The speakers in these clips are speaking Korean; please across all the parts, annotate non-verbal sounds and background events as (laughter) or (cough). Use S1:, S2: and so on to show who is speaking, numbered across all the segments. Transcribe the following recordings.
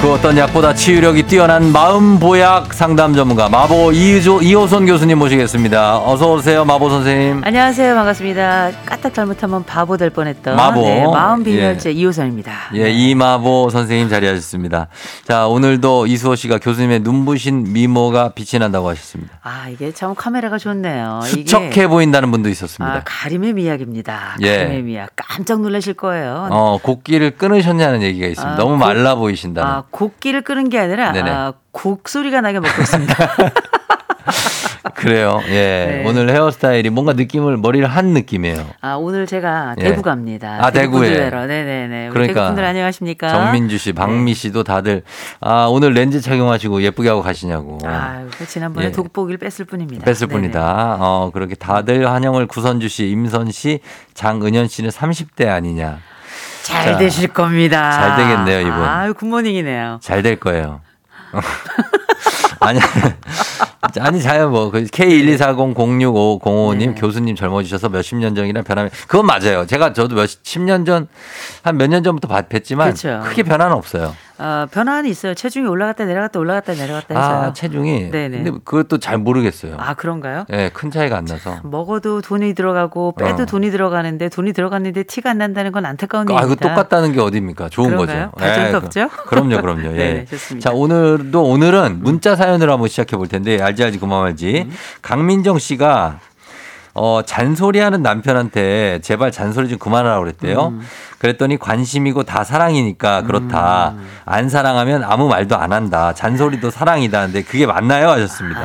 S1: 그 어떤 약보다 치유력이 뛰어난 마음 보약 상담 전문가 마보 이조 이호선 교수님 모시겠습니다. 어서 오세요 마보 선생님.
S2: 안녕하세요. 반갑습니다. 까딱 잘못하면 바보 될 뻔했던
S1: 마보.
S2: 네, 마음 비밀제 이호선입니다.
S1: 예, 이마보 선생님 자리하셨습니다. 자, 오늘도 이수호 씨가 교수님의 눈부신 미모가 빛이 난다고 하셨습니다.
S2: 아, 이게 참 카메라가 좋네요.
S1: 수척해 보인다는 분도 있었습니다.
S2: 어, 아, 가림의 미학입니다.
S1: 예.
S2: 가림의 미학. 깜짝 놀라실 거예요.
S1: 어, 곡기를 끊으셨냐는 얘기가 있습니다.
S2: 아,
S1: 너무
S2: 곡-
S1: 말라 보이신다는.
S2: 아, 곡기를 끄는 게 아니라
S1: 네네.
S2: 아, 곡소리가 나게
S1: (laughs)
S2: 먹고 있습니다.
S1: 그래요. 예.
S2: 네.
S1: 오늘 헤어스타일이 뭔가 느낌을 머리를 한 느낌이에요.
S2: 아, 오늘 제가
S1: 예.
S2: 대구 갑니다.
S1: 아, 대구에.
S2: 분들뵈러. 네네네. 우리
S1: 그러니까
S2: 대구분들 안녕하십니까? 네.
S1: 정민주 씨, 박미 씨도 다들 아, 오늘 렌즈 착용하시고 예쁘게 하고 가시냐고.
S2: 아, 그 지난번에
S1: 예.
S2: 독보기를 뺐을 뿐입니다.
S1: 뺐을
S2: 네네.
S1: 뿐이다. 어, 그렇게 다들 한영을 구선주 씨, 임선 씨, 장은현 씨는 30대 아니냐.
S2: 잘
S1: 자,
S2: 되실 겁니다.
S1: 잘 되겠네요, 이분.
S2: 아유, 굿모닝이네요.
S1: 잘 될 거예요. (laughs) 아니, 아니, 자요, 뭐. K124006505님,
S2: 네.
S1: 교수님 젊어지셔서 몇십 년 전이나 변함이, 그건 맞아요. 제가 저도 몇십 년 전, 한 몇 년 전부터 봤- 뵀지만,
S2: 그렇죠.
S1: 크게 변화는 없어요.
S2: 어, 변화는 있어요. 체중이 올라갔다 내려갔다 올라갔다 내려갔다 해서요.
S1: 아, 체중이.
S2: 네, 네네.
S1: 근데 그것도 잘 모르겠어요.
S2: 아 그런가요?
S1: 예, 큰 차이가 안 나서.
S2: 먹어도 돈이 들어가고 빼도
S1: 어.
S2: 돈이 들어가는데 돈이 들어갔는데 티가 안 난다는 건 안타까운
S1: 아,
S2: 일입니다.
S1: 그 똑같다는 게 어딥니까? 좋은
S2: 그런가요?
S1: 거죠.
S2: 발전도
S1: 예, 그-
S2: 없죠? (laughs)
S1: 그럼요, 그럼요. 예.
S2: 네, 좋습니다. 음.
S1: 자, 오늘도 오늘은 문자 사연으로 한번 시작해 볼 텐데 알지 알지 그만 알지. 강민정 씨가 어, 잔소리하는 남편한테 제발 잔소리 좀 그만하라고 그랬대요.
S2: 음.
S1: 그랬더니 관심이고 다 사랑이니까 그렇다.
S2: 음.
S1: 안 사랑하면 아무 말도 안 한다. 잔소리도 사랑이다. 근데 그게 맞나요? 하셨습니다.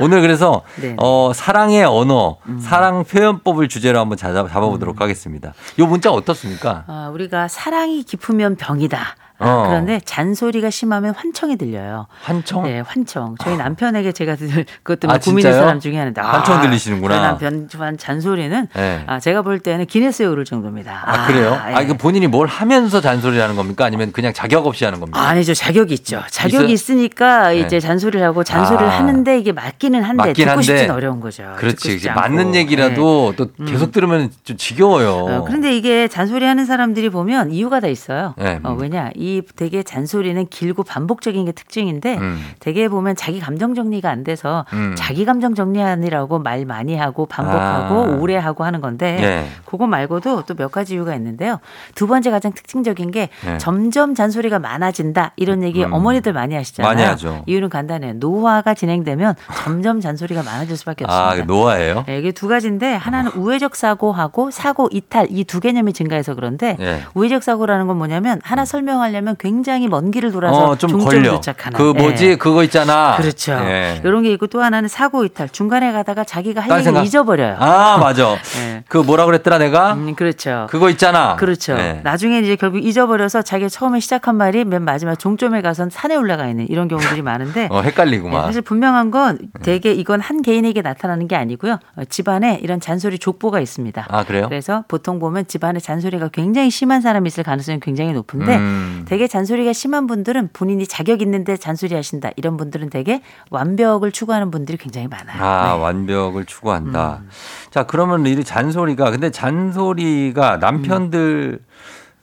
S1: 오늘 그래서
S2: 아. 네네. 음.
S1: 어, 사랑의 언어, 사랑 표현법을 주제로 한번 자- 잡아보도록 하겠습니다. 요 문자 어떻습니까?
S2: 아, 우리가 사랑이 깊으면 병이다. 아,
S1: 어.
S2: 그런데 잔소리가 심하면 환청이 들려요.
S1: 환청?
S2: 네, 환청. 저희 남편에게 제가 늘 그것도
S1: 아,
S2: 막 고민의
S1: 진짜요?
S2: 사람 중에 하나인데. 아,
S1: 환청 들리시는구나.
S2: 저희 남편 한 잔소리는
S1: 네.
S2: 아, 제가 볼 때는 기네스에 오를 정도입니다.
S1: 아, 그래요? 아,
S2: 예.
S1: 이거 본인이 뭘 하면서 잔소리를 하는 겁니까? 아니면 그냥 자격 없이 하는 겁니까?
S2: 아니죠. 자격이 있죠. 자격이
S1: 있어요?
S2: 있으니까
S1: 네.
S2: 이제 잔소리를 하고 잔소리를
S1: 아.
S2: 하는데 이게 맞기는 한데
S1: 맞긴
S2: 듣고
S1: 한데.
S2: 싶진 어려운 거죠. 듣고
S1: 그렇지.
S2: 싶지 않고.
S1: 맞는 얘기라도 또 계속 들으면 좀 지겨워요.
S2: 네. 어, 그런데 이게 잔소리 하는 사람들이 보면 이유가 다 있어요.
S1: 네,
S2: 어,
S1: 음.
S2: 왜냐. 이 되게 잔소리는 길고 반복적인 게 특징인데
S1: 음.
S2: 되게 보면 자기 감정 정리가 안 돼서
S1: 음.
S2: 자기 감정 정리하느라고 말 많이 하고 반복하고
S1: 아.
S2: 오래 하고 하는 건데
S1: 예.
S2: 그거 말고도 또 몇 가지 이유가 있는데요. 두 번째 가장 특징적인 게
S1: 예.
S2: 점점 잔소리가 많아진다 이런 얘기
S1: 음.
S2: 어머니들 많이 하시잖아요.
S1: 많이 하죠.
S2: 이유는 간단해요. 노화가 진행되면 점점 잔소리가 많아질 수밖에
S1: 아,
S2: 없습니다.
S1: 노아예요?
S2: 예, 이게 두 가지인데 하나는 우회적 사고하고 사고 이탈 이 두 개념이 증가해서 그런데
S1: 예.
S2: 우회적 사고라는 건 뭐냐면 하나 설명하려면 굉장히 먼 길을 돌아서
S1: 어, 좀
S2: 종점에
S1: 걸려.
S2: 도착하는
S1: 그 뭐지?
S2: 예.
S1: 그거 있잖아.
S2: 그렇죠.
S1: 예.
S2: 이런 게 있고 또 하나는 사고 이탈. 중간에 가다가 자기가 할
S1: 딴
S2: 얘기
S1: 생각.
S2: 잊어버려요.
S1: 아, 맞아.
S2: 예.
S1: 그 뭐라 그랬더라 내가?
S2: 음, 그렇죠.
S1: 그거 있잖아.
S2: 그렇죠.
S1: 예.
S2: 나중에 이제 결국 잊어버려서 자기가 처음에 시작한 말이 맨 마지막 종점에 가선 산에 올라가 있는 이런 경우들이 많은데
S1: (laughs) 어, 네.
S2: 예,
S1: 헷갈리구만.
S2: 사실 분명한 건 되게 이건 한 개인에게 나타나는 게 아니고요. 어, 집안에 이런 잔소리 족보가 있습니다.
S1: 아, 그래요?
S2: 그래서 보통 보면 집안에 잔소리가 굉장히 심한 사람이 있을 가능성이 굉장히 높은데
S1: 음.
S2: 되게 잔소리가 심한 분들은 본인이 자격 있는데 잔소리 하신다 이런 분들은 되게 완벽을 추구하는 분들이 굉장히 많아요.
S1: 아, 완벽을 추구한다.
S2: 음.
S1: 자, 그러면 이 잔소리가, 근데 잔소리가 남편들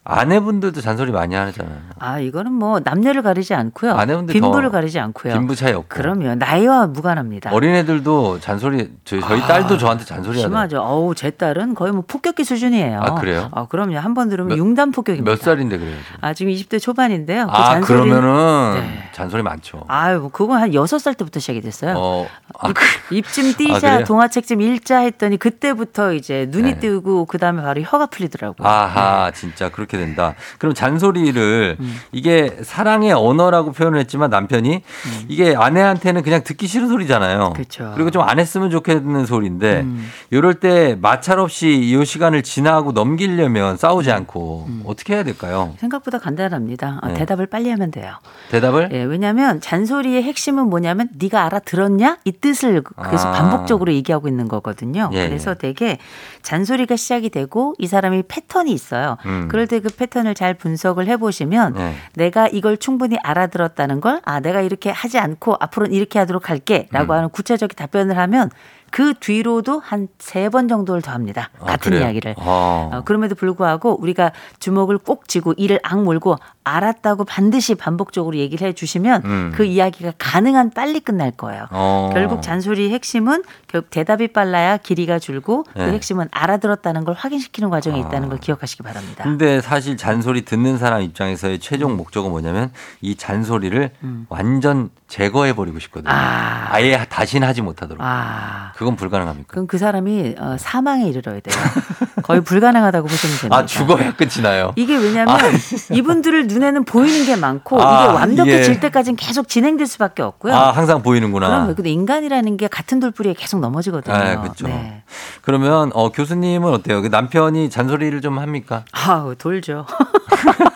S1: 아내분들도 잔소리 많이 하잖아요.
S2: 아 이거는 뭐 남녀를 가리지 않고요.
S1: 아내분들
S2: 빈부를
S1: 더
S2: 가리지 않고요.
S1: 빈부 차이 없고.
S2: 그럼요. 나이와 무관합니다.
S1: 어린애들도 잔소리 저희, 저희
S2: 아,
S1: 딸도 저한테 잔소리 하더라고요.
S2: 심하죠. 어우 제 딸은 거의 뭐 폭격기 수준이에요.
S1: 아, 그래요?
S2: 아, 그럼요. 한 번 들으면
S1: 몇-
S2: 융단 폭격입니다.
S1: 몇 살인데 그래요? 지금?
S2: 아 지금 20대 초반인데요. 그
S1: 아
S2: 잔소리는-
S1: 그러면은
S2: 네.
S1: 잔소리 많죠.
S2: 아유 뭐 그건 한 여섯 살 때부터 시작이 됐어요.
S1: 어, 아, 그,
S2: 입 좀
S1: 아,
S2: 띄자
S1: 그래요?
S2: 동화책 좀 읽자 했더니 그때부터 이제 눈이
S1: 네.
S2: 뜨고 그다음에 바로 혀가 풀리더라고요.
S1: 아하
S2: 네.
S1: 진짜 그렇게 된다. 그럼 잔소리를
S2: 음.
S1: 이게 사랑의 언어라고 표현을 했지만 남편이 이게 아내한테는 그냥 듣기 싫은 소리잖아요.
S2: 음. 그쵸.
S1: 리고 좀 안 했으면 좋겠는 소리인데
S2: 음.
S1: 이럴 때 마찰 없이 이 시간을 지나고 넘기려면 싸우지
S2: 음.
S1: 않고 어떻게 해야 될까요?
S2: 생각보다 간단합니다. 아,
S1: 네.
S2: 대답을 빨리 하면 돼요.
S1: 대답을
S2: 예, 왜냐하면 잔소리의 핵심은 뭐냐면 네가 알아들었냐 이 뜻을 그래서
S1: 아.
S2: 반복적으로 얘기하고 있는 거거든요.
S1: 예,
S2: 그래서
S1: 예.
S2: 되게 잔소리가 시작이 되고 이 사람이 패턴이 있어요.
S1: 음.
S2: 그럴 때 그 패턴을 잘 분석을 해보시면
S1: 네.
S2: 내가 이걸 충분히 알아들었다는 걸 아 내가 이렇게 하지 않고 앞으로는 이렇게 하도록 할게라고
S1: 음.
S2: 하는 구체적인 답변을 하면 그 뒤로도 한 세 번 정도를 더 합니다.
S1: 아,
S2: 같은
S1: 그래요?
S2: 이야기를.
S1: 어.
S2: 어, 그럼에도 불구하고 우리가 주먹을 꼭 쥐고 이를 악물고 알았다고 반드시 반복적으로 얘기를 해주시면
S1: 음.
S2: 그 이야기가 가능한 빨리 끝날 거예요.
S1: 어.
S2: 결국 잔소리의 핵심은 결국 대답이 빨라야 길이가 줄고
S1: 네.
S2: 그 핵심은 알아들었다는 걸 확인시키는 과정이
S1: 아.
S2: 있다는 걸 기억하시기 바랍니다.
S1: 근데 사실 잔소리 듣는 사람 입장에서의 최종
S2: 음.
S1: 목적은 뭐냐면 이 잔소리를 완전 제거해 버리고 싶거든요.
S2: 아.
S1: 예 다신 하지 못하도록.
S2: 아.
S1: 그건 불가능합니까?
S2: 그럼 그 사람이 어, 사망에 이르러야 돼요. 거의 불가능하다고 보시면 됩니다.
S1: 아 죽어야 끝이 나요.
S2: 이게 왜냐면
S1: 아.
S2: 이분들을 눈에는 보이는 게 많고
S1: 아,
S2: 이게 완벽해질
S1: 예.
S2: 때까지는 계속 진행될 수밖에 없고요.
S1: 아 항상 보이는구나.
S2: 그럼 뭐- 근데 인간이라는 게 같은 돌부리에 계속 넘어지거든요.
S1: 네, 그렇죠. 그러면 어, 교수님은 어때요? 그 남편이 잔소리를 좀 합니까?
S2: 아우 돌죠. (laughs)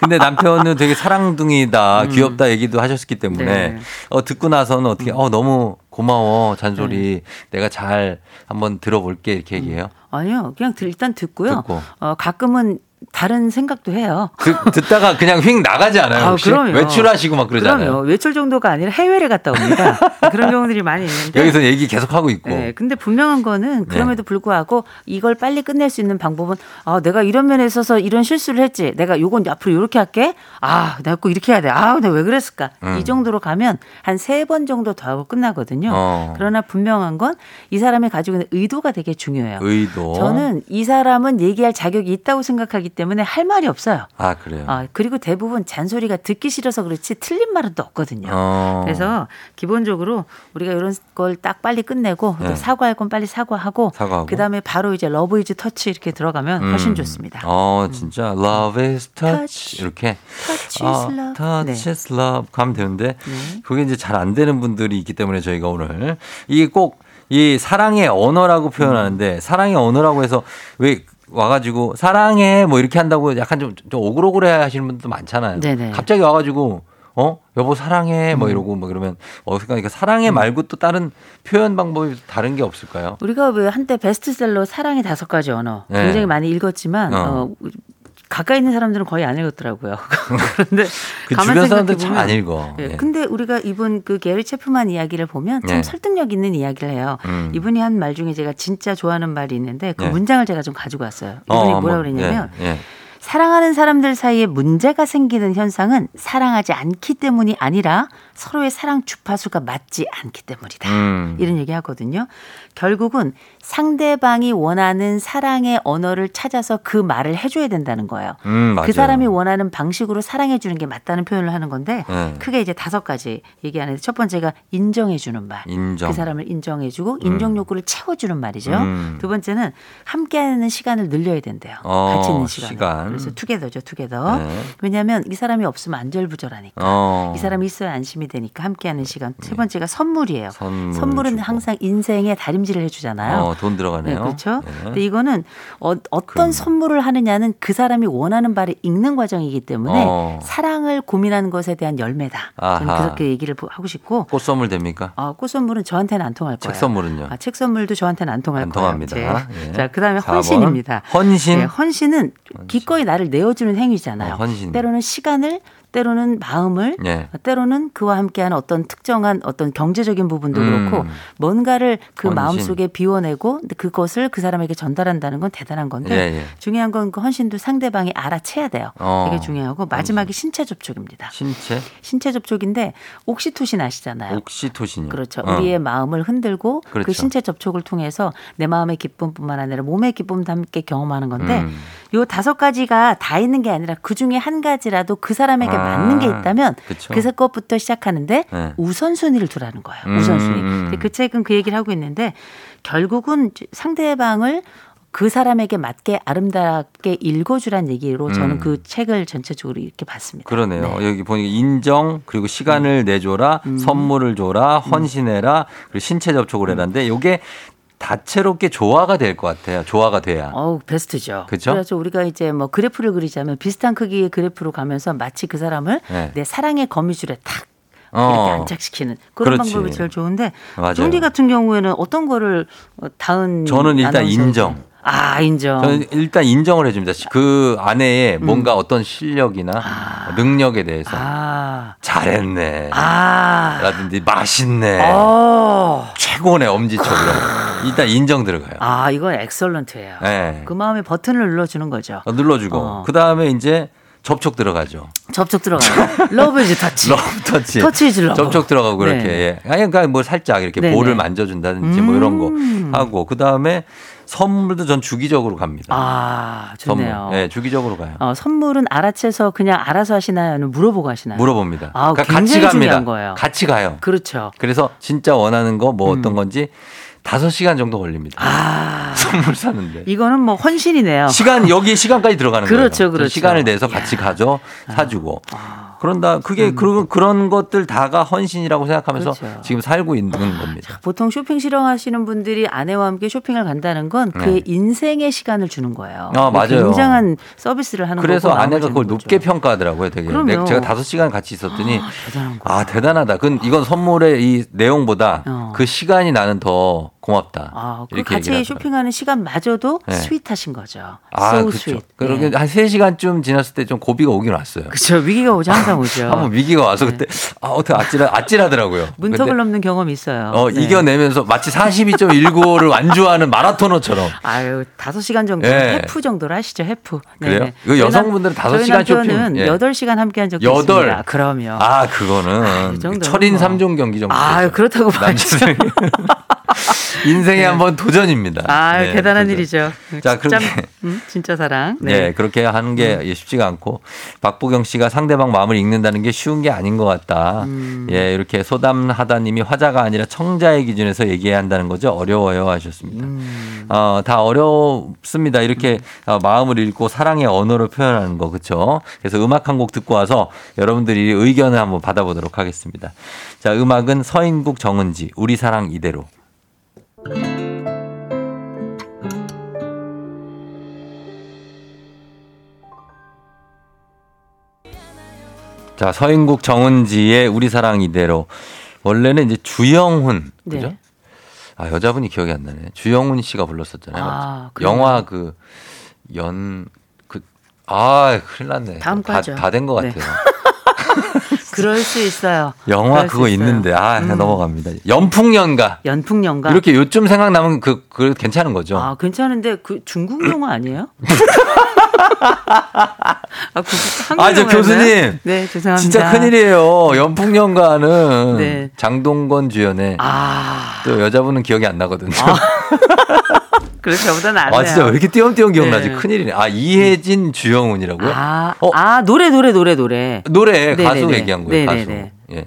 S1: 근데 남편은 되게
S2: (laughs)
S1: 사랑둥이다, 귀엽다 얘기도 하셨기 때문에
S2: 음. 네. 음.
S1: 어, 듣고 나서는 어떻게 어 너무 고마워 잔소리
S2: 네.
S1: 내가 잘 한번 들어볼게 이렇게
S2: 음.
S1: 얘기해요.
S2: 아니요, 그냥 들- 일단 듣고요.
S1: 듣고.
S2: 어, 가끔은 다른 생각도 해요.
S1: 그, 듣, 듣다가 그냥 휙 나가지 않아요?
S2: 아,
S1: 혹시?
S2: 그럼요.
S1: 외출하시고 막 그러잖아요.
S2: 그럼요. 외출 정도가 아니라 해외를 갔다
S1: (laughs)
S2: 옵니다. 그런 경우들이 많이 있는데.
S1: 여기서 얘기 계속 하고 있고.
S2: 네, 근데 분명한
S1: 네.
S2: 거는 그럼에도 불구하고 이걸 빨리 끝낼 수 있는 방법은 아, 내가 이런 면에 있어서 이런 실수를 했지. 내가 요건 앞으로 요렇게 할게. 아, 내가 꼭 이렇게 해야 돼. 아, 내가 왜 그랬을까?
S1: 음.
S2: 이 정도로 가면 한 세 번 정도 더 하고 끝나거든요.
S1: 어.
S2: 그러나 분명한 건 이 사람이 가지고 있는 의도가 되게 중요해요.
S1: 의도.
S2: 저는 이 사람은 얘기할 자격이 있다고 생각하기 때문에 할 말이 없어요.
S1: 아 그래요.
S2: 아, 그리고 대부분 잔소리가 듣기 싫어서 그렇지 틀린 말은 또 없거든요.
S1: 어.
S2: 그래서 기본적으로 우리가 이런 걸 딱 빨리 끝내고 또
S1: 네.
S2: 사과할 건 빨리 사과하고,
S1: 사과하고.
S2: 그다음에 바로 이제 러브 이즈 터치 이렇게 들어가면 훨씬
S1: 음.
S2: 좋습니다.
S1: 어 진짜 love is touch
S2: Touch.
S1: 이렇게
S2: 터치
S1: 아,
S2: 슬럽.
S1: touch is love 가면 되는데
S2: 네.
S1: 그게 이제 잘 안 되는 분들이 있기 때문에 저희가 오늘 이게 꼭 이 사랑의 언어라고 표현하는데
S2: 음.
S1: 사랑의 언어라고 해서 왜 와가지고 사랑해 뭐 이렇게 한다고 약간 좀, 좀 오글오글해 하시는 분도 많잖아요.
S2: 네네. 음.
S1: 갑자기 와가지고 어 여보 사랑해 뭐 이러고 뭐 그러면 어 그러니까 사랑해 말고 또 다른 표현 방법이 다른 게 없을까요?
S2: 우리가 왜 한때 베스트셀러 사랑의 다섯 가지 언어
S1: 네.
S2: 굉장히 많이 읽었지만
S1: 어.
S2: 어, 가까이 있는 사람들은 거의 안 읽었더라고요. (laughs) 그런데
S1: 그
S2: 가만히
S1: 주변 사람들
S2: 생각해보면
S1: 잘 안 읽어.
S2: 예,
S1: 예.
S2: 근데 우리가 이분 그 게리 체프만 이야기를 보면 참
S1: 네.
S2: 설득력 있는 이야기를 해요.
S1: 음.
S2: 이분이 한 말 중에 제가 진짜 좋아하는 말이 있는데 그
S1: 네.
S2: 문장을 제가 좀 가지고 왔어요.
S1: 어,
S2: 이분이
S1: 한번,
S2: 뭐라 그랬냐면
S1: 예, 예.
S2: 사랑하는 사람들 사이에 문제가 생기는 현상은 사랑하지 않기 때문이 아니라 서로의 사랑 주파수가 맞지 않기 때문이다.
S1: 음.
S2: 아, 이런 얘기 하거든요. 결국은 상대방이 원하는 사랑의 언어를 찾아서 그 말을 해줘야 된다는 거예요.
S1: 음, 맞아요.
S2: 그 사람이 원하는 방식으로 사랑해 주는 게 맞다는 표현을 하는 건데
S1: 네.
S2: 크게 이제 다섯 가지 얘기하는데 첫 번째가 인정해 주는 말.
S1: 인정.
S2: 그 사람을 인정해 주고 인정 욕구를 채워 주는 말이죠.
S1: 음.
S2: 두 번째는 함께하는 시간을 늘려야 된대요.
S1: 어,
S2: 같이 있는 시간을.
S1: 시간.
S2: 그래서 투게더죠, 투게더.
S1: 네.
S2: 왜냐하면 이 사람이 없으면 안절부절하니까.
S1: 어.
S2: 아,
S1: 네.
S2: 이 사람이 있어야 안심이 되니까 함께하는 시간. 세 번째가 선물이에요.
S1: 선물
S2: 은
S1: 주고.
S2: 항상 인생에 다림질을 해주잖아요.
S1: 어, 돈 들어가네요.
S2: 네, 그렇죠.
S1: 예.
S2: 근데 이거는 어, 떤 선물을 하느냐는 그 사람이 원하는 바를 읽는 과정이기 때문에
S1: 어.
S2: 사랑을 고민하는 것에 대한 열매다. 저는
S1: 아하.
S2: 그렇게 얘기를 보- 하고 싶고
S1: 꽃 선물 됩니까?
S2: 아, 꽃 선물은 저한테는 안 통할 거예요.
S1: 책 선물은요?
S2: 아, 책 선물도 저한테는 안 통할
S1: 안
S2: 거예요.
S1: 통합니다.
S2: 제-
S1: 예.
S2: 자, 그다음에
S1: 4번.
S2: 헌신입니다.
S1: 헌신?
S2: 네, 헌신은 기꺼이 나를 내어주는 행위잖아요.
S1: 어, 헌신.
S2: 때로는 시간을 때로는 마음을
S1: 예.
S2: 때로는 그와 함께하는 어떤 특정한 어떤 경제적인 부분도
S1: 음.
S2: 그렇고 뭔가를 그
S1: 헌신.
S2: 마음속에 비워내고 근데 그것을 그 사람에게 전달한다는 건 대단한 건데
S1: 예, 예.
S2: 중요한 건 그 헌신도 상대방이 알아채야 돼요.
S1: 어.
S2: 되게 중요하고 마지막이 신체 접촉입니다.
S1: 신체
S2: 신체 접촉인데 옥시토신 아시잖아요.
S1: 옥시토신이요.
S2: 네. 그렇죠.
S1: 어.
S2: 우리의 마음을 흔들고 그
S1: 그렇죠.
S2: 신체 접촉을 통해서 내 마음의 기쁨뿐만 아니라 몸의 기쁨도 함께 경험하는 건데
S1: 음.
S2: 요 다섯 가지가 다 있는 게 아니라 그 중에 한 가지라도 그
S1: 아,
S2: 사람에게 맞는 게 있다면
S1: 그쵸.
S2: 그 것부터 시작하는데
S1: 네.
S2: 우선순위를 두라는 거예요.
S1: 음,
S2: 우선순위.
S1: 음.
S2: 근데 그 책은 그 얘기를 하고 있는데 결국은 상대방을 그 사람에게 맞게 아름답게 읽어주란 얘기로 저는
S1: 음.
S2: 그 책을 전체적으로 이렇게 봤습니다.
S1: 그러네요.
S2: 네. 음.
S1: 여기 보니까 인정 그리고 시간을 내줘라, 선물을 줘라, 헌신해라, 그리고 신체
S2: 음.
S1: 접촉을 해라인데 이게 다채롭게 조화가 될 것 같아요. 조화가 돼야.
S2: 어우 베스트죠.
S1: 그쵸?
S2: 래서 우리가 이제 뭐 그래프를 그리자면 비슷한 크기의 그래프로 가면서 마치 그 사람을
S1: 네.
S2: 내 사랑의 거미줄에 탁
S1: 어.
S2: 이렇게 안착시키는 그런
S1: 그렇지.
S2: 방법이 제일 좋은데
S1: 맞아요.
S2: 쫑디 같은 경우에는 어떤 거를 어, 다은
S1: 저는 일단
S2: 아나운서에게-
S1: 인정.
S2: 아 인정.
S1: 저는 일단 인정을 해줍니다. 그 안에 뭔가 어떤 실력이나 능력에 대해서
S2: 음. 아
S1: 잘했네.
S2: 아.
S1: 라든지 맛있네.
S2: 어.
S1: 최고네 엄지척으로. 일단 인정 들어가요.
S2: 아 이건 엑설런트예요.
S1: 예.
S2: 그 마음에 버튼을 눌러주는 거죠.
S1: 어, 눌러주고
S2: 어.
S1: 그 다음에 이제 접촉 들어가죠.
S2: 접촉
S1: (laughs)
S2: 들어가요. 러브 이즈 터치.
S1: 러브 터치.
S2: 터치 질러.
S1: 접촉 들어가고 그렇게.
S2: 네.
S1: 예. 아니 그러니까 뭐 살짝 이렇게
S2: 네, 음.
S1: 볼을
S2: 네.
S1: 만져준다든지 뭐 이런 거 하고 그 다음에 선물도 전 주기적으로 갑니다.
S2: 아 좋네요.
S1: 예, 주기적으로 가요.
S2: 어, 선물은 알아채서 그냥 알아서 하시나요? 아니면 물어보고 하시나요?
S1: 물어봅니다. 그러니까
S2: 아, 굉장히 중요한 거예요.
S1: 같이 가요.
S2: 그렇죠.
S1: 그래서 진짜 원하는 거 뭐 어떤 건지 다섯 시간 정도 걸립니다.
S2: 음. 아,
S1: (laughs) 선물 사는데.
S2: 이거는 뭐 헌신이네요.
S1: 시간 여기에 시간까지 들어가는
S2: 그렇죠, 아.
S1: 거예요.
S2: 그렇죠.
S1: 시간을 내서 같이 가죠, 사주고. 그런다 그게 그런 그런 것들 다가 헌신이라고 생각하면서
S2: 음. 그렇죠.
S1: 지금 살고 있는 겁니다.
S2: 보통 쇼핑 싫어하시는 분들이 아내와 함께 쇼핑을 간다는 건 그의 인생의 시간을 주는 거예요.
S1: 네. 아, 맞아요.
S2: 굉장한 서비스를 하는
S1: 그래서
S2: 거고
S1: 아내가
S2: 나눠주는 뭐
S1: 그걸
S2: 거죠.
S1: 높게 평가하더라고요. 되게
S2: 그럼요.
S1: 내- 제가 다섯 시간 같이 있었더니
S2: 대단한 거.
S1: 아 대단하다. 그 이건 선물의 이 내용보다
S2: 어.
S1: 그 시간이 나는 더 고맙다.
S2: 아, 그
S1: 이렇게
S2: 같이
S1: 얘기를 하더라고요.
S2: 쇼핑하는 시간마저도
S1: 네.
S2: 스윗하신 거죠.
S1: 아
S2: so
S1: 그렇죠.
S2: sweet.
S1: 그러게
S2: 네.
S1: 한3 시간쯤 지났을 때 좀 고비가 오긴 왔어요.
S2: 그렇죠. 위기가 오죠. 항상 오죠.
S1: (laughs) 한번 위기가 와서 그때 아 어떻게 아찔하 아찔하더라고요.
S2: 네. 문턱을
S1: 근데
S2: 넘는 경험이 있어요.
S1: 어,
S2: 네.
S1: 이겨내면서 마치 42.19를 완주하는 마라토너처럼.
S2: 아유, 다섯 시간 정도
S1: 예.
S2: 해프 정도로 하시죠, 해프. 네,
S1: 그래요? 이거 여성분들은 다섯
S2: 저희
S1: 시간 쇼핑,
S2: 남편은
S1: 예.
S2: 여덟 시간 함께 한 적도
S1: 여덟.
S2: 있습니다. 그럼요. 아,
S1: 아,
S2: 아,
S1: 그거는
S2: 그 정도는
S1: 철인
S2: 뭐.
S1: 삼 3종 경기 정도. 되죠.
S2: 그렇다고 봐야죠.
S1: 남자들이. 인생에 한번 도전입니다.
S2: (laughs) 네. 아,
S1: 네,
S2: 대단한
S1: 도전.
S2: 일이죠.
S1: 자,
S2: 진짜,
S1: 그렇게.
S2: 음, 진짜 사랑.
S1: 네.
S2: 네.
S1: 그렇게 하는 게 예, 쉽지가 않고 박보경 씨가 상대방 마음을 읽는다는 게 쉬운 게 아닌 것 같다. 예, 이렇게 소담하다님이 화자가 아니라 청자의 기준에서 얘기해야 한다는 거죠. 어려워요 하셨습니다. 어, 다 어렵습니다. 이렇게 어, 마음을 읽고 사랑의 언어로 표현하는 거 그렇죠. 그래서 음악 한 곡 듣고 와서 여러분들이 의견을 한번 받아보도록 하겠습니다. 자, 음악은 서인국 정은지 우리 사랑 이대로. 자, 서인국 정은지의 우리 사랑 이대로. 원래는 이제 주영훈. 그죠?
S2: 네.
S1: 아, 여자분이 기억이 안 나네. 주영훈 씨가 불렀었잖아요.
S2: 아,
S1: 맞죠? 영화 그, 연, 그, 아, 큰일 났네.
S2: 다음 거
S1: 다,
S2: 하죠.
S1: 다 된 것
S2: 네.
S1: 같아요.
S2: (laughs) 그럴 수 있어요.
S1: 영화
S2: 그럴 수
S1: 그거
S2: 있어요. 음.
S1: 있는데, 아, 그냥 넘어갑니다. 연풍연가.
S2: 연풍연가.
S1: 이렇게 요쯤 생각나면 그, 그 괜찮은 거죠.
S2: 아, 괜찮은데 그 중국 영화
S1: (laughs)
S2: 아니에요? 아, 그 한국
S1: 아, 저
S2: 영화였나요?
S1: 교수님.
S2: 네, 죄송합니다.
S1: 진짜 큰일이에요. 연풍연가는
S2: 네.
S1: 장동건 주연의
S2: 아,
S1: 또 여자분은 기억이 안 나거든요.
S2: 그래서 저보다는 안
S1: (laughs) 아
S2: 해요.
S1: 진짜 왜 이렇게 띄엄띄엄 기억나지?
S2: 네.
S1: 큰일이네. 아 이혜진 주영훈이라고요?
S2: 아,
S1: 어
S2: 아, 노래, 노래, 노래, 노래.
S1: 노래 가수
S2: 네네네.
S1: 얘기한 거예요.
S2: 네네네.
S1: 가수. 예.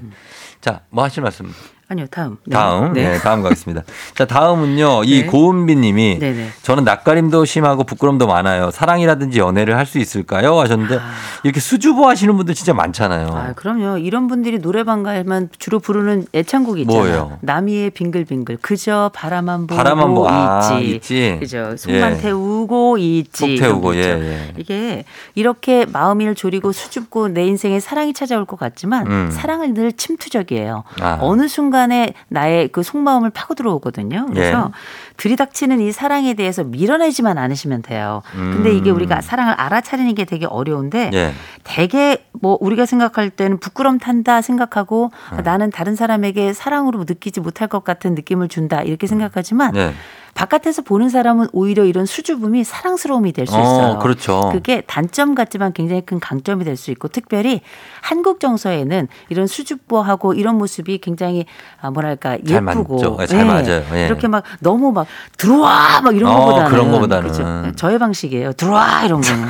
S1: 자, 뭐 하실 말씀?
S2: 아니요, 다음. 네.
S1: 다음.
S2: 네.
S1: 네, 다음 가겠습니다. 자, 다음은요. 이
S2: 네.
S1: 고은비 님이
S2: 네네.
S1: 저는 낯가림도 심하고 부끄럼도 많아요. 사랑이라든지 연애를 할 수 있을까요? 하셨는데 이렇게 수줍어 하시는 분들 진짜 많잖아요.
S2: 아, 그럼요. 이런 분들이 노래방 가면 주로 부르는 애창곡이 있잖아요.
S1: 뭐예요?
S2: 남이의 빙글빙글. 그저 바라만 보고
S1: 바라만 보-
S2: 있지.
S1: 아, 있지.
S2: 그죠. 속만
S1: 예.
S2: 태우고 있지.
S1: 속 태우고,
S2: 이런 거 있죠.
S1: 예, 예.
S2: 이게 이렇게 마음을 졸이고 수줍고 내 인생에 사랑이 찾아올 것 같지만
S1: 음.
S2: 사랑은 늘 침투적이에요.
S1: 아.
S2: 어느 순간 순간에 나의 그 속마음을 파고 들어오거든요. 그래서
S1: 예.
S2: 들이닥치는 이 사랑에 대해서 밀어내지만 않으시면 돼요. 근데 이게 우리가 사랑을 알아차리는 게 되게 어려운데
S1: 음. 예.
S2: 되게 뭐 우리가 생각할 때는 부끄럼 탄다 생각하고
S1: 네.
S2: 아, 나는 다른 사람에게 사랑으로 느끼지 못할 것 같은 느낌을 준다 이렇게 생각하지만
S1: 예.
S2: 바깥에서 보는 사람은 오히려 이런 수줍음이 사랑스러움이 될 수 있어요.
S1: 어, 그렇죠.
S2: 그게 단점 같지만 굉장히 큰 강점이 될 수 있고 특별히 한국 정서에는 이런 수줍보하고 이런 모습이 굉장히 아, 뭐랄까
S1: 잘
S2: 예쁘고
S1: 맞죠. 예, 잘 맞아요. 예.
S2: 이렇게 막 너무 막 들어와 막 이런
S1: 어,
S2: 것보다는
S1: 그런 거보다는.
S2: 그렇죠. 저의 방식이에요. 들어와
S1: (laughs)
S2: 이런 거는.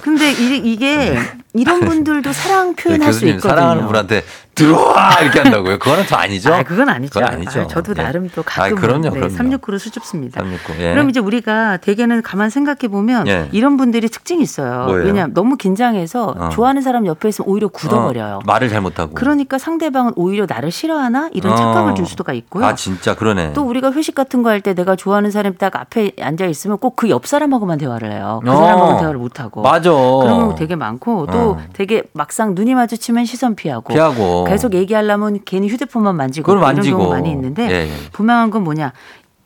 S2: 근데 이, 게 이런 분들도 사랑
S1: 네,
S2: 표현할 수
S1: 교수님
S2: 있거든요.
S1: 사랑하는 분한테 들어와 이렇게 한다고요. 그거는 또 아니죠.
S2: 아, 그건 아니죠.
S1: 그건 아니죠.
S2: 아, 저도
S1: 예.
S2: 나름 또
S1: 아,
S2: 가끔
S1: 그럼요, 그럼요.
S2: 369로 수줍습니다.
S1: 369, 예.
S2: 그럼 이제 우리가 대개는 가만 생각해 보면
S1: 예.
S2: 이런 분들이 특징이 있어요.
S1: 뭐예요?
S2: 왜냐 너무 긴장해서
S1: 어.
S2: 좋아하는 사람 옆에 있으면 오히려 굳어버려요.
S1: 어, 말을 잘못하고.
S2: 그러니까 상대방은 오히려 나를 싫어하나 이런
S1: 어.
S2: 착각을 줄 수가 있고요.
S1: 아 진짜 그러네.
S2: 또 우리가 회식 같은 거 할 때 내가 좋아하는 사람이 딱 앞에 앉아 있으면 꼭 그 옆 사람하고만 대화를 해요. 그
S1: 어.
S2: 사람하고 대화를 못 하고.
S1: 맞아.
S2: 그런 경우 되게 많고 또
S1: 어.
S2: 되게 막상 눈이 마주치면 시선 피하고
S1: 피하고.
S2: 계속 얘기하려면 괜히 휴대폰만 만지고 뭐
S1: 그걸
S2: 이런
S1: 만지고.
S2: 경우 많이 있는데
S1: 예, 예.
S2: 분명한 건 뭐냐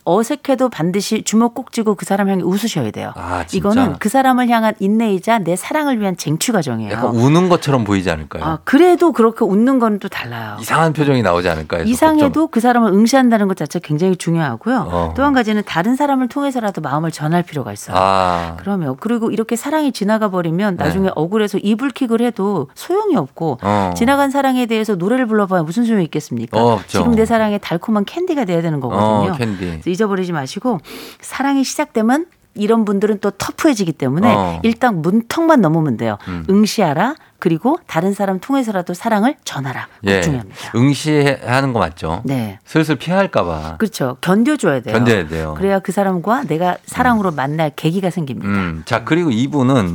S2: 어색해도 반드시 주먹 꼭 쥐고 그 사람 향해 웃으셔야 돼요.
S1: 아, 진짜.
S2: 이거는 그 사람을 향한 인내이자 내 사랑을 위한 쟁취 과정이에요.
S1: 약간 우는 것처럼 보이지 않을까요?
S2: 아, 그래도 그렇게 웃는 건 또 달라요.
S1: 이상한 표정이 나오지 않을까요?
S2: 이상해도 그 사람을 응시한다는 것 자체가 굉장히 중요하고요.
S1: 어.
S2: 또 한 가지는 다른 사람을 통해서라도 마음을 전할 필요가 있어요.
S1: 아 네.
S2: 그러면 그리고 이렇게 사랑이 지나가 버리면 나중에 억울해서 이불킥을 해도 소용이 없고
S1: 어.
S2: 지나간 사랑에 대해서 노래를 불러봐야 무슨 소용이 있겠습니까?
S1: 어, 없죠.
S2: 지금 내 사랑의 달콤한 캔디가 돼야 되는 거거든요.
S1: 어, 캔디.
S2: 그래서 잊어버리지 마시고 사랑이 시작되면 이런 분들은 또 터프해지기 때문에
S1: 어. 음.
S2: 일단 문턱만 넘으면 돼요. 응시하라 그리고 다른 사람 통해서라도 사랑을 전하라. 그
S1: 예.
S2: 중요합니다.
S1: 응시하는 거 맞죠?
S2: 네.
S1: 슬슬 피할까봐.
S2: 그렇죠. 견뎌줘야 돼요.
S1: 견뎌야 돼요.
S2: 그래야 그 사람과 내가 사랑으로 만날 계기가 생깁니다.
S1: 음, 자, 그리고 이분은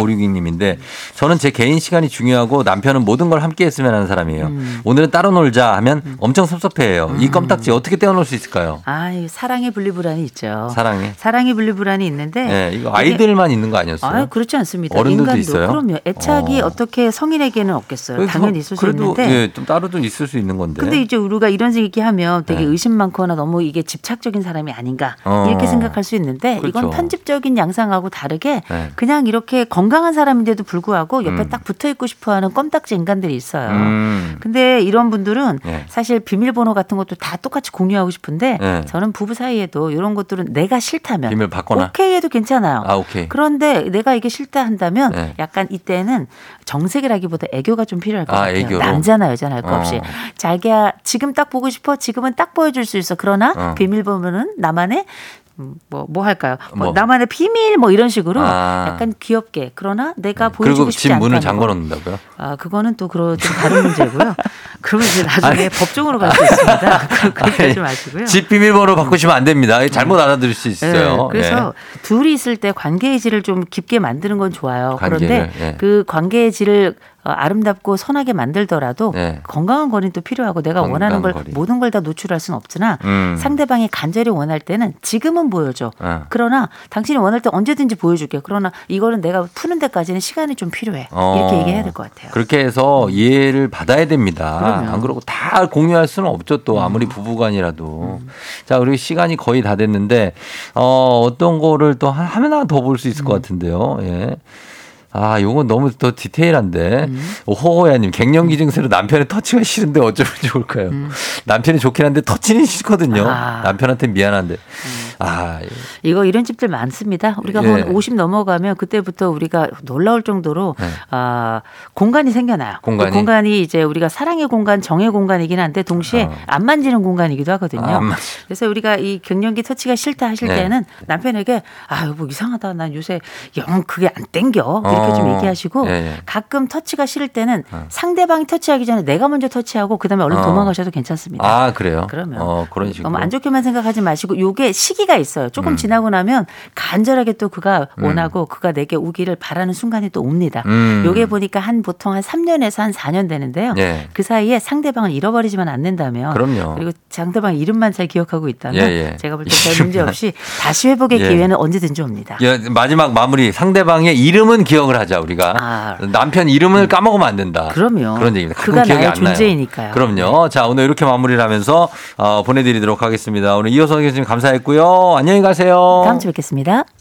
S1: 30562님인데 저는 제 개인 시간이 중요하고 남편은 모든 걸 함께 했으면 하는 사람이에요.
S2: 음.
S1: 오늘은 따로 놀자 하면 엄청 섭섭해해요. 이 껌딱지 어떻게 떼어놓을 수 있을까요?
S2: 아, 이 사랑의 분리불안이 있죠.
S1: 사랑해.
S2: 사랑의 분리불안이 있는데
S1: 예, 이거
S2: 이게-
S1: 아이들만 있는 거 아니었어요?
S2: 네. 아, 그렇지 않습니다.
S1: 어른들도
S2: 인간도
S1: 있어요?
S2: 그럼요. 애착이
S1: 어.
S2: 어. 떻게 성인에게는 없겠어요.
S1: 그래서
S2: 당연히 있을 수
S1: 그래도,
S2: 있는데.
S1: 예, 좀 따로 좀 있을 수 있는 건데.
S2: 근데 이제 우리가 이런 얘기하면 되게
S1: 네.
S2: 의심 많거나 너무 이게 집착적인 사람이 아닌가
S1: 어.
S2: 이렇게 생각할 수 있는데
S1: 그렇죠.
S2: 이건 편집적인 양상하고 다르게
S1: 네.
S2: 그냥 이렇게 건강한 사람인데도 불구하고 옆에
S1: 음.
S2: 딱 붙어 있고 싶어하는 껌딱지 인간들이 있어요.
S1: 음.
S2: 근데 이런 분들은
S1: 예.
S2: 사실 비밀번호 같은 것도 다 똑같이 공유하고 싶은데
S1: 예.
S2: 저는 부부 사이에도 이런 것들은 내가 싫다면
S1: 비밀 받거나.
S2: 오케이 해도 괜찮아요.
S1: 아, 오케이.
S2: 그런데 내가 이게 싫다 한다면
S1: 네.
S2: 약간 이때는 정색이라기보다 애교가 좀 필요할 것
S1: 아,
S2: 같아요.
S1: 애교로?
S2: 남자나 여자나 할 거
S1: 어.
S2: 없이 자기야 지금 딱 보고 싶어 지금은 딱 보여줄 수 있어 그러나
S1: 어.
S2: 비밀번호는 나만의 뭐 뭐 할까요? 뭐
S1: 뭐.
S2: 나만의 비밀 뭐 이런 식으로
S1: 아. 네.
S2: 약간 귀엽게 그러나 내가 보여주고
S1: 그리고
S2: 싶지
S1: 집
S2: 않다.
S1: 문을 잠궈 놓는다고요?
S2: 아, 그거는 또 그런 좀 다른 문제고요. (laughs) 그러면 이제 나중에 법정으로 갈 수
S1: (laughs)
S2: 있습니다. 그- 그렇게 하지 마시고요. 음.
S1: 집 비밀번호 바꾸시면 안 됩니다. 잘못 알아들을 수 있어요. 네.
S2: 예, 그래서 둘이 있을 때 관계의 질을 좀 깊게 만드는 건 좋아요.
S1: 관계를,
S2: 그런데
S1: 예.
S2: 그 관계의 질을 어, 아름답고 선하게 만들더라도
S1: 예.
S2: 건강한 거리는 또 필요하고 내가
S1: 건강한
S2: 원하는 걸
S1: 거리.
S2: 모든 걸 다 노출할 수는 없으나
S1: 음.
S2: 상대방이 간절히 원할 때는 지금은 보여줘.
S1: 어.
S2: 그러나 당신이 원할 때 언제든지 보여줄게. 그러나 이거는 내가 푸는 데까지는 시간이 좀 필요해.
S1: 어.
S2: 이렇게 얘기해야 될 것 같아요.
S1: 그렇게 해서 이해를 받아야 됩니다.
S2: 그럼요. 음.
S1: 안 그러고 다 공유할 수는 없죠. 또 아무리 부부간이라도. 자, 우리 시간이 거의 다 됐는데 어, 어떤 거를 또 하- 하나 더 볼 수 있을
S2: 음.
S1: 것 같은데요. 예. 아, 요건 너무 더 디테일한데.
S2: 음.
S1: 호호야님, 갱년기 증세로 남편의 터치가 싫은데 어쩌면 좋을까요? 남편이 좋긴 한데 터치는 싫거든요.
S2: 음. 아. 음.
S1: 남편한테 미안한데. 아,
S2: 이거 이런 집들 많습니다. 우리가
S1: 예.
S2: 한 50 넘어가면 그때부터 우리가 놀라울 정도로
S1: 네.
S2: 아, 공간이 생겨나요.
S1: 공간이?
S2: 그 공간이 이제 우리가 사랑의 공간, 정의 공간이긴 한데 동시에
S1: 어.
S2: 안 만지는 공간이기도 하거든요.
S1: 아, 안 만지-
S2: 그래서 우리가 이 갱년기 터치가 싫다 하실
S1: 네.
S2: 때는 남편에게 아, 뭐 이상하다. 난 요새 영 그게 안 땡겨. 이렇게 좀
S1: 어.
S2: 얘기하시고
S1: 예, 예.
S2: 가끔 터치가 싫을 때는 상대방이 터치하기 전에 내가 먼저 터치하고 그다음에 얼른
S1: 어.
S2: 도망가셔도 괜찮습니다.
S1: 아, 그래요?
S2: 그러면
S1: 어, 그런 식으로.
S2: 너무 안 좋게만 생각하지 마시고 요게 시기 차이가 있어요. 조금
S1: 음.
S2: 지나고 나면 간절하게 또 그가 원하고 그가 내게 오기를 바라는 순간이 또 옵니다.
S1: 음.
S2: 요게 보니까 한 보통 한 3년에서 한 4년 되는데요.
S1: 예.
S2: 그 사이에 상대방을 잃어버리지만 않는다면
S1: 그럼요.
S2: 리고 상대방 이름만 잘 기억하고 있다면
S1: 예, 예.
S2: 제가 볼 때
S1: (laughs)
S2: 별 문제 없이 다시 회복의
S1: 예.
S2: 기회는 언제든지 옵니다.
S1: 예, 마지막 마무리 상대방의 이름은 기억을 하자 우리가
S2: 아.
S1: 남편 이름을 까먹으면 안 된다.
S2: 그럼요.
S1: 그런 얘기입니다. 가끔
S2: 그가
S1: 기억이
S2: 나의
S1: 안 나요.
S2: 존재이니까요. 네.
S1: 그럼요. 자 오늘 이렇게 마무리를 하면서 어, 보내드리도록 하겠습니다. 오늘 이호선 교수님 감사했고요. 안녕히 가세요.
S2: 다음 주에 뵙겠습니다.